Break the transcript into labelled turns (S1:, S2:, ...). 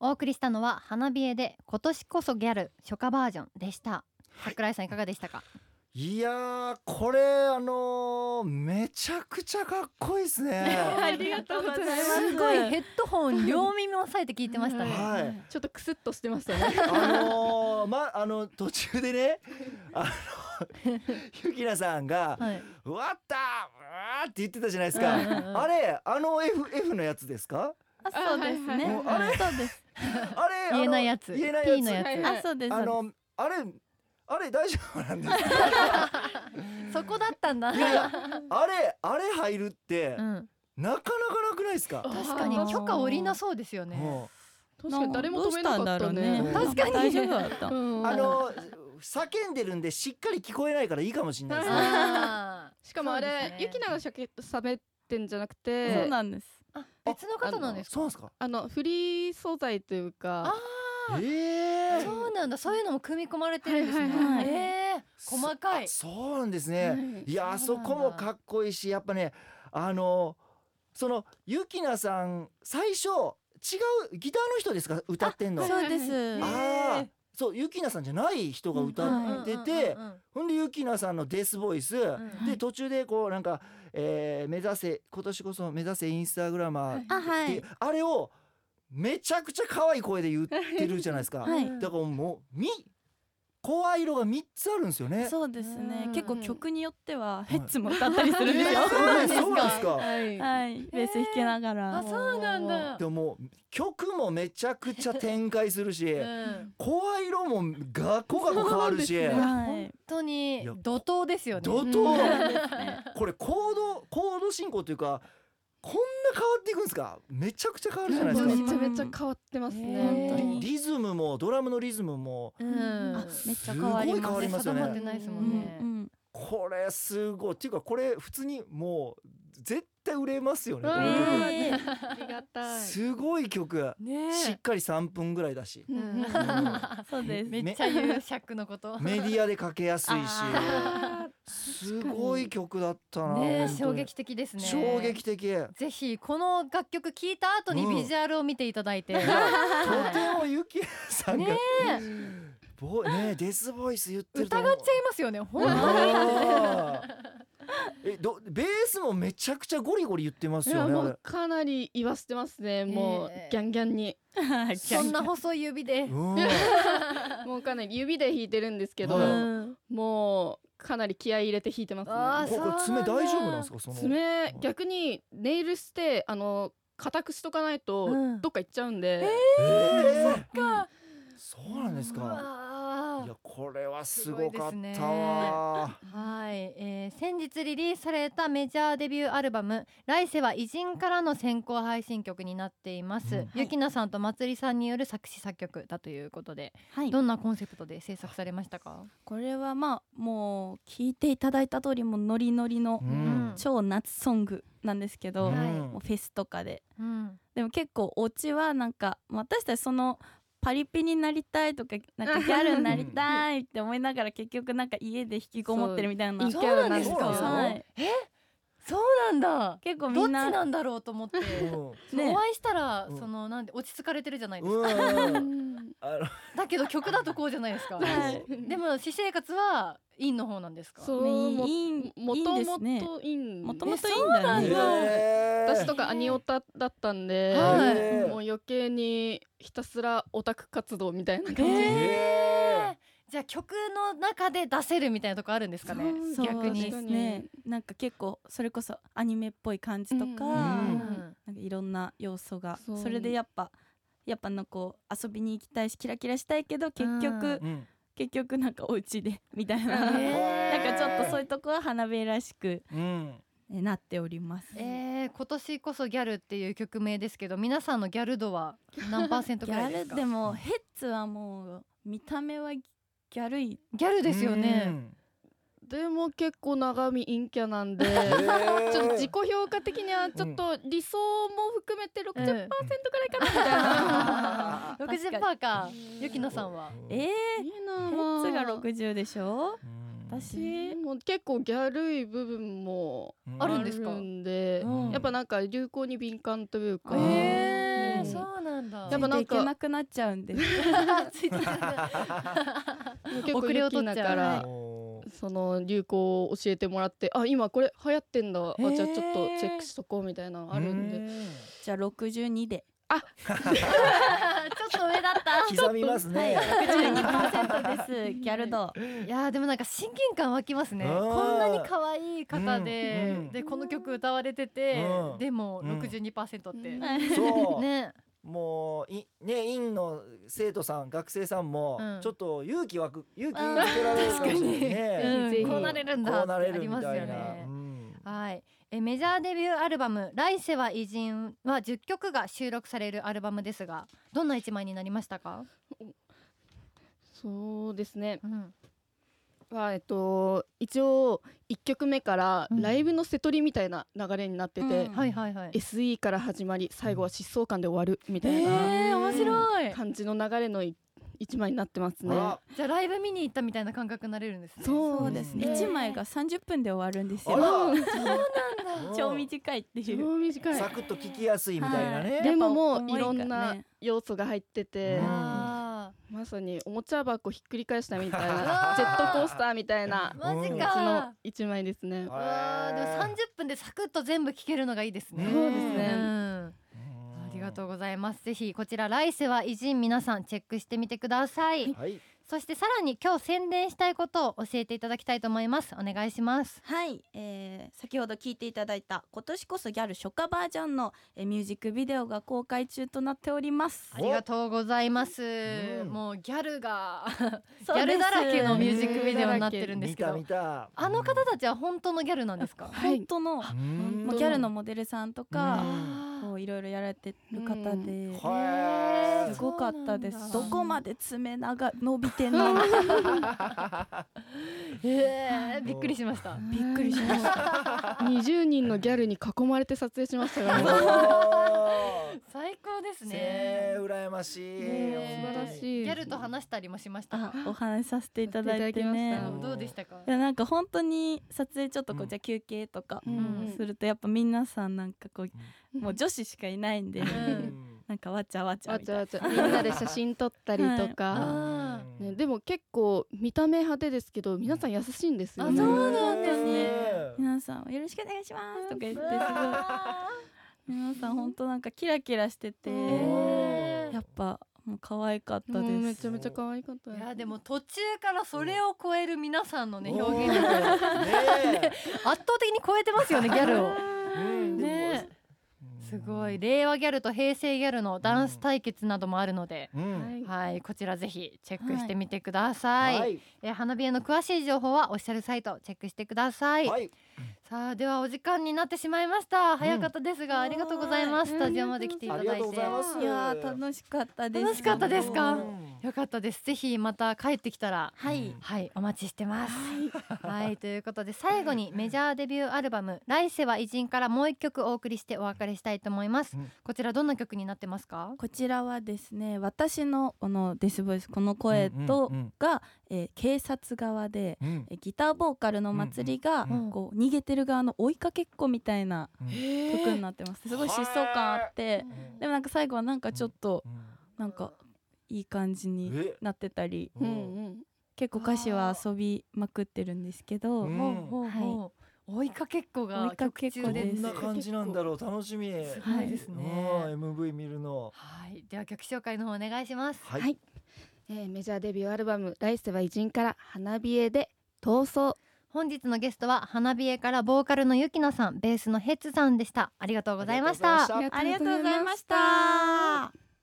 S1: お送りしたのは花冷えで今年こそギャル初夏バージョンでした
S2: はい
S1: 桜井さんいかがでしたか、
S2: いやーこれあのーめちゃくちゃかっこいいで すね
S3: ありがとうございます
S1: すごいヘッドホン両耳を押さえて聞いてましたね、
S2: はい
S3: ちょっとクスッとしてましたね。
S2: あのーまあの途中でねあのゆきなさんが
S1: はい、
S2: 「うわったーうわーって言ってたじゃないです
S1: うんうんうん
S2: かあれあの F, F のやつですか
S1: あそうですね、
S2: もうあれ
S1: そうです
S2: あれ
S1: 言えないや
S2: あ
S1: つ
S2: の言えない
S1: P のやつ、
S3: はいはい
S1: あそうです
S2: あ
S1: そう
S2: のあれあれ大丈夫なんで すか
S1: ですそこだったんだ、
S2: いやいやあれあれ入るって
S1: うん、
S2: なかなかなくないですか、
S1: 確かに
S3: あー
S1: 許可下りなそうですよね
S2: も
S3: 確かに誰も止めなかったね。
S2: どう
S1: したんだろうね確かに
S4: 大丈夫だった
S3: う。
S2: うんあの叫んでるんでしっかり聞こえないからいいかもしれないですね
S1: あー
S3: しかもあ
S1: そうです
S3: れ
S1: ね
S3: ゆきながしゃべってんじゃなくて、
S4: そうなんです。。
S1: あ別の方なんですか
S2: そうなんですか
S3: あのフリー素材というか、
S1: あ
S2: ええー、
S1: そうなんだそういうのも組み込まれてるんですね、
S3: はいはいはい
S1: えー細かい
S2: そそうなんですね、いやあ
S1: そう
S2: そ
S1: なんだ
S2: こもかっこいいしやっぱねあのそのゆきなさん最初違うギターの人ですか歌ってんの
S3: あ
S2: あ
S3: そうです
S2: あ
S1: へ
S2: ーそうゆきなさんじゃない人が歌ってて、
S1: うんうんうん
S2: ほんでゆきなさんのデスボイス、
S1: うんうん
S2: で途中でこうなんか、えー目指せ今年こそ目指せインスタグラマーって、
S4: あはい。
S2: あれをめちゃくちゃ可愛い声で言ってるじゃないですか、
S4: はい
S2: だからもうみ声色が三つあるんですよね。
S4: そうですね
S1: うん。
S4: 結構曲によってはヘッツも
S2: はい
S4: 歌ったりするんですよ
S2: えー。そうなんですかそうなんですか
S3: はい
S4: はい。ベース弾きながら。
S1: あそうなんだ
S2: でももう曲もめちゃくちゃ展開するし、
S1: うん
S2: 声色もガコガコ変わるし、
S3: そうなん
S4: はい。
S1: 本当に
S2: いや
S1: 怒涛ですよね
S2: 怒
S4: そう
S2: 涛
S4: ですね。
S2: これコードコード進行というかこんな変わっていくんですかめちゃくちゃ変わるじゃないで
S3: めち
S2: す
S3: ゃ
S2: か、
S4: うん
S3: めちゃ変わってますね。
S1: ね
S3: 本当に
S2: リズムもドラムのリズムも
S1: うん
S4: あめっちゃ変わり
S2: すごい変
S4: ま
S2: わり
S4: す。
S2: ますよ
S1: 定まって
S2: ね
S1: ないです
S4: う
S1: もん
S4: ん
S1: ね、
S4: うん。
S2: これすごいっていうかこれ普通にもう絶対売れますよね、こ
S3: うん
S2: の曲
S4: ねえ
S3: ありがたい。
S2: すごい曲、
S1: ね
S2: しっかり3分ぐらい だし
S3: う
S1: うん
S3: ん
S4: そうです。
S1: めっちゃ言うシャックのこと
S2: メディアでかけやすいし
S3: あ
S2: すごい曲だったな、
S1: ね
S2: 本当に
S1: 衝撃的ですね
S2: 衝撃的、
S1: ぜひこの楽曲聴いた後に
S2: うん
S1: ビジュアルを見ていただいて、
S2: いやとてもゆきやさんが、
S1: ね
S3: ー
S2: ぼねデスボイス言ってると
S1: 疑っちゃいますよね本当に
S2: ゃいえどベースもめちゃくちゃゴリゴリ言ってます
S3: いや
S2: よね
S3: も
S2: あれ
S3: うかなり言わせてますね。もう
S1: えー
S3: ギャンギャンに
S4: はい
S1: そんな細い指 で
S2: うん
S3: もうかなり指で弾いてるんですけど、
S2: はい
S4: うん
S3: もうかなり気合い入れて弾いてますね。
S1: あー
S2: ここれ爪大丈夫なんですかその
S3: 爪逆にネイルしてあの固くしとかないと
S1: うん
S3: どっか行っちゃうんで、
S2: えー
S1: か
S2: そうなんです
S1: う
S2: か
S1: わー
S2: いやこれはすごかっ
S1: すごいです
S2: たわ、
S1: はい、えー先日リリースされたメジャーデビューアルバム「来世は偉人」からの先行配信曲になっています、
S2: うん
S1: ゆきなさんとまつりさんによる作詞作曲だということで、
S4: はい。
S1: どんなコンセプトで制作されましたか、
S4: これはまあもう聞いていただいた通りもうノリノリの
S2: うん
S4: 超夏ソングなんですけど、
S1: は
S2: う
S4: も
S1: いう
S4: フェスとかで
S1: うん、
S4: でも結構オチはなんかまあ私たちそのパリピになりたいとかなんかギャルになりたいって思いながら結局なんか家で引きこもってるみたいな
S3: そう
S1: そ
S3: そうう
S1: な
S3: なんん
S1: で
S3: ですす
S1: か
S3: か
S4: はい、
S1: そうなんだ
S4: 結構
S1: ど
S4: み
S1: っち
S4: んな
S1: なんだろうと思って、
S2: うん
S1: そうお
S4: ね
S1: 会いしたら、
S2: うん
S1: そのなんで落ち着かれてるじゃないですか、
S2: うんうんうんあの
S1: だけど曲だとこうじゃないですか、
S4: はい
S1: でも私生活は陰の方なんですか
S3: そう
S4: いい
S3: も
S4: いいん
S3: も
S4: いいん
S3: と
S4: ですね
S3: もといいん
S4: もともといいん
S1: あ
S4: だ
S1: え
S4: よ
S1: そうなん
S4: ね
S1: だ
S2: えー
S3: 私とかアニオタだったんで、
S1: はい
S3: もう余計にひたすらオタク活動みたいな感じ、
S2: え
S1: えーじゃあ曲の中で出せるみたいなとこあるんですかね
S3: そう
S1: 逆に
S4: ですねなんか結構それこそアニメっぽい感じとか、
S3: うん
S1: うん
S4: なんかいろんな要素が
S3: そう
S4: それでやっぱやっぱなんかこう遊びに行きたいしキラキラしたいけど結局、
S1: うん
S2: うん
S4: 結局なんかお家でみたいな、
S3: ね
S4: なんかちょっとそういうとこは花火らしく
S2: うん
S4: えなっております。
S1: えー今年こそギャルっていう曲名ですけど皆さんのギャル度は何パーセント
S4: ギ
S1: くら
S4: ャ
S1: いです
S4: ル
S1: か
S4: でもヘッツはもう見た目はギャルい
S1: ギャルですよね、
S3: でも結構長身陰キャなんで、
S2: うんえー
S3: ちょっと自己評価的にはちょっと理想も含めて60%くらいかなみたいな。
S4: あー
S1: 60%
S4: 確
S1: かかゆきなさんは
S4: えー、ヘ
S3: いいな
S4: ッツが
S3: まあ
S4: 60でしょ
S2: うん
S4: 私
S3: でも結構ギャルい部分も
S2: う
S1: あ
S3: あ
S1: る
S3: る
S1: ん
S3: ん
S1: で
S3: ですす
S1: か
S3: か
S2: うん
S3: やっぱなんか流行に敏感というか、
S1: え
S2: え
S4: だし、
S2: うん
S1: そうなんだ
S4: で
S3: で
S4: も
S3: も
S4: な
S3: なんん
S4: か
S3: か
S4: いけなくなっちゃうん です。
S1: ついてない
S3: 結構
S1: 遅れを
S3: 好
S1: 取
S3: き
S1: っちゃう
S3: だか
S1: は
S3: ら
S1: い
S3: その流行を教えてもらってあ今これ流行ってんだあじゃあちょっとチェックしとこうみたいなのあるんで
S4: じゃあ六十二で。
S1: ちょっと上だ った
S2: 刻みますね。
S4: 六十二パーセント です。ギャルド。
S1: いやーでもなんか親近感湧きますね
S2: あー
S1: こんなに可愛い方で、
S2: うんうん
S1: でこの曲歌われてて、
S2: うん
S1: でも
S2: うん
S1: 62%って、
S3: うん
S2: そう。
S1: ね
S2: もういね院の生徒さん学生さんも、
S1: うん
S2: ちょっと勇気湧く勇気
S4: あー
S2: づけられるかもしれない
S1: うん
S3: ぜひ
S1: こうなれるんだ
S2: こうなれ
S1: ってあ
S2: る
S1: り
S2: み
S1: ますよ
S2: た
S1: ね
S2: いな。うん
S1: はいえメジャーデビューアルバム「来世は偉人」は10曲が収録されるアルバムですがどんな一枚になりましたか、
S3: そうですね
S1: うん、
S3: はえっと一応1曲目から
S1: うん
S3: ライブの瀬取りみたいな流れになってて、
S4: うん
S1: はいはいはい
S3: SE から始まり最後は疾走感で終わるみた
S1: え
S3: いな
S1: ー、面白い
S3: 感じの流れのい一枚になってますね。
S2: あ
S1: じゃあライブ見に行ったみたいな感覚になれるんですね
S4: そうう
S2: で
S4: ですす
S2: ね
S4: ね。一枚が三十分で終わるんです
S2: あら
S4: よ。
S2: うん
S4: 超短いっていう。
S3: 超短い
S2: サクッと聞きやすいみたいなね。
S3: でもも
S4: やっ
S3: う
S4: ぱ
S3: いろ
S4: 重い
S3: ん
S4: から
S3: な
S4: ね
S3: 要素が入ってて、
S2: うん
S1: あ
S3: まさにおもちゃ箱ひっくり返したみたい
S1: う わ
S3: な
S1: ー
S3: ジェットコースターみたいな
S1: ーマジ
S2: うん
S3: その
S1: か
S3: 一枚ですね。
S1: わーでも30分でサクッと全部聞けるのがいいですね
S2: そうです
S3: ね
S1: うんありがとうございます。ぜひこちら来世は偉人皆さんチェックしてみてください。
S2: うん。はい。
S1: そしてさらに今日宣伝したいことを教えていただきたいと思います。お願いします。
S4: はい、えー先ほど聞いていただいた今年こそギャル初夏バージョンの、えーミュージックビデオが公開中となっております
S1: ありがとうございます。
S2: うん
S1: もうギャルがギ
S4: そう
S1: ャ
S4: で
S1: ル
S4: す
S1: だらけのミュージックビデオになってるんで
S2: 見
S1: すけ
S2: た
S1: ど
S2: 見、た。
S1: あの方たちは本当のギャルなんですか？
S3: はい
S4: 本当の、
S2: うん。
S4: もうギャルのモデルさんとか、こ
S1: あ
S4: ういろいろやられてる方
S2: う
S4: で、
S2: ん
S1: ー
S2: は
S1: へー
S4: すごかったで
S1: そうなん
S4: す
S1: だ
S4: どこまで爪長伸びてんの
S1: えーびっくりしました。
S4: びっくりしました
S3: 20人のギャルに囲まれて撮影しましたからね。
S2: おー
S1: 最高です
S2: ねえ
S1: ね。
S2: 羨ましい。
S1: ね
S3: 素晴ら
S2: 本当に
S3: しい
S1: ギャルと話したりもしました
S4: あ
S1: か。
S4: お話しさせていただいて
S3: い
S4: ね
S3: ただきまし
S1: どうでしたか
S4: い？やなんか本当に撮影ちょっとこ
S2: う
S4: うんじゃあ休憩とか
S3: うん
S1: うん
S4: するとやっぱ皆さんなんかこう
S3: うん
S4: もう女子しかいないんで、
S1: ん
S4: なんかわちゃわちゃ
S3: わ
S4: み
S3: ち
S4: た
S3: ゃ
S4: いな
S3: わちゃみんなで写真撮ったりとか、
S1: はい
S2: あー
S3: ね、でも結構見た目派手ですけど皆さん優しいんですよね。
S1: あそうなんですね
S4: 皆さんよろしくお願いしますとか言ってすごい皆さん本当なんかキラキラしてて、
S1: え
S4: やっぱもう可愛かった
S3: もうめ
S4: で
S3: ち
S4: す
S3: ゃめちゃ可愛かった
S1: いやでも途中からそれを超える皆さんのね
S2: おー
S1: 表現力圧
S2: ね
S1: 倒的に超えてますよねギャルを。
S2: えうんで
S1: ね
S2: もうん
S1: すごい令和ギャルと平成ギャルのダンス対決などもあるので、
S2: うん
S3: はい
S1: はいこちらぜひチェックしてみてください、
S2: はい
S1: えー花火への詳しい情報はオフィシャルサイトチェックしてください、
S2: はい
S1: さあではお時間になってしまいました早かったですが、
S4: うん
S1: ありがとうございます
S3: は
S1: ス
S3: い
S1: タジオまで来ていただい
S2: ありがとうご
S1: て
S2: ざいます
S4: いやー楽しかったです
S1: 楽しかったですか
S2: うん
S1: よかったですぜひまた帰ってきたら
S4: はい
S1: はい、お待ちしてます。はい、ということで最後にメジャーデビューアルバム「来世は偉人」からもう一曲お送りしてお別れしたいと思います。
S2: うん
S1: こちらどんな曲になってますか？
S4: こちらはですね私のこのデスボイスこの声と
S2: うん
S4: が、えー警察側で
S2: うんうん
S4: えーギターボーカルの祭りが、
S2: うん
S4: こう逃げてる側の追いかけっこみたいな曲になってます、すごい疾走感あってでもなんか最後はなんかちょっとなんかいい感じに
S2: え
S4: なってたり
S3: うんうん、
S4: 結構歌詞は遊びまくってるんですけど、
S2: うん
S1: ほうほうほう追いかけっこ
S4: 追
S1: が
S4: いかけ
S1: 曲中
S2: ど
S4: っこ
S1: で
S4: です
S2: んな感じなんだろう楽しみ
S1: すごいですね。
S2: うん MV 見るの
S1: はい、では曲紹介の方お願いします。
S2: はい
S3: はいえーメジャーデビューアルバム「来世は偉人」から「花冷え」で「逃走
S1: 本日のゲストは花火絵からボーカルのゆきなさん、ベースのヘッツさんでした。ありがとうございました。
S2: ありがとうございました」
S4: ありがとうございました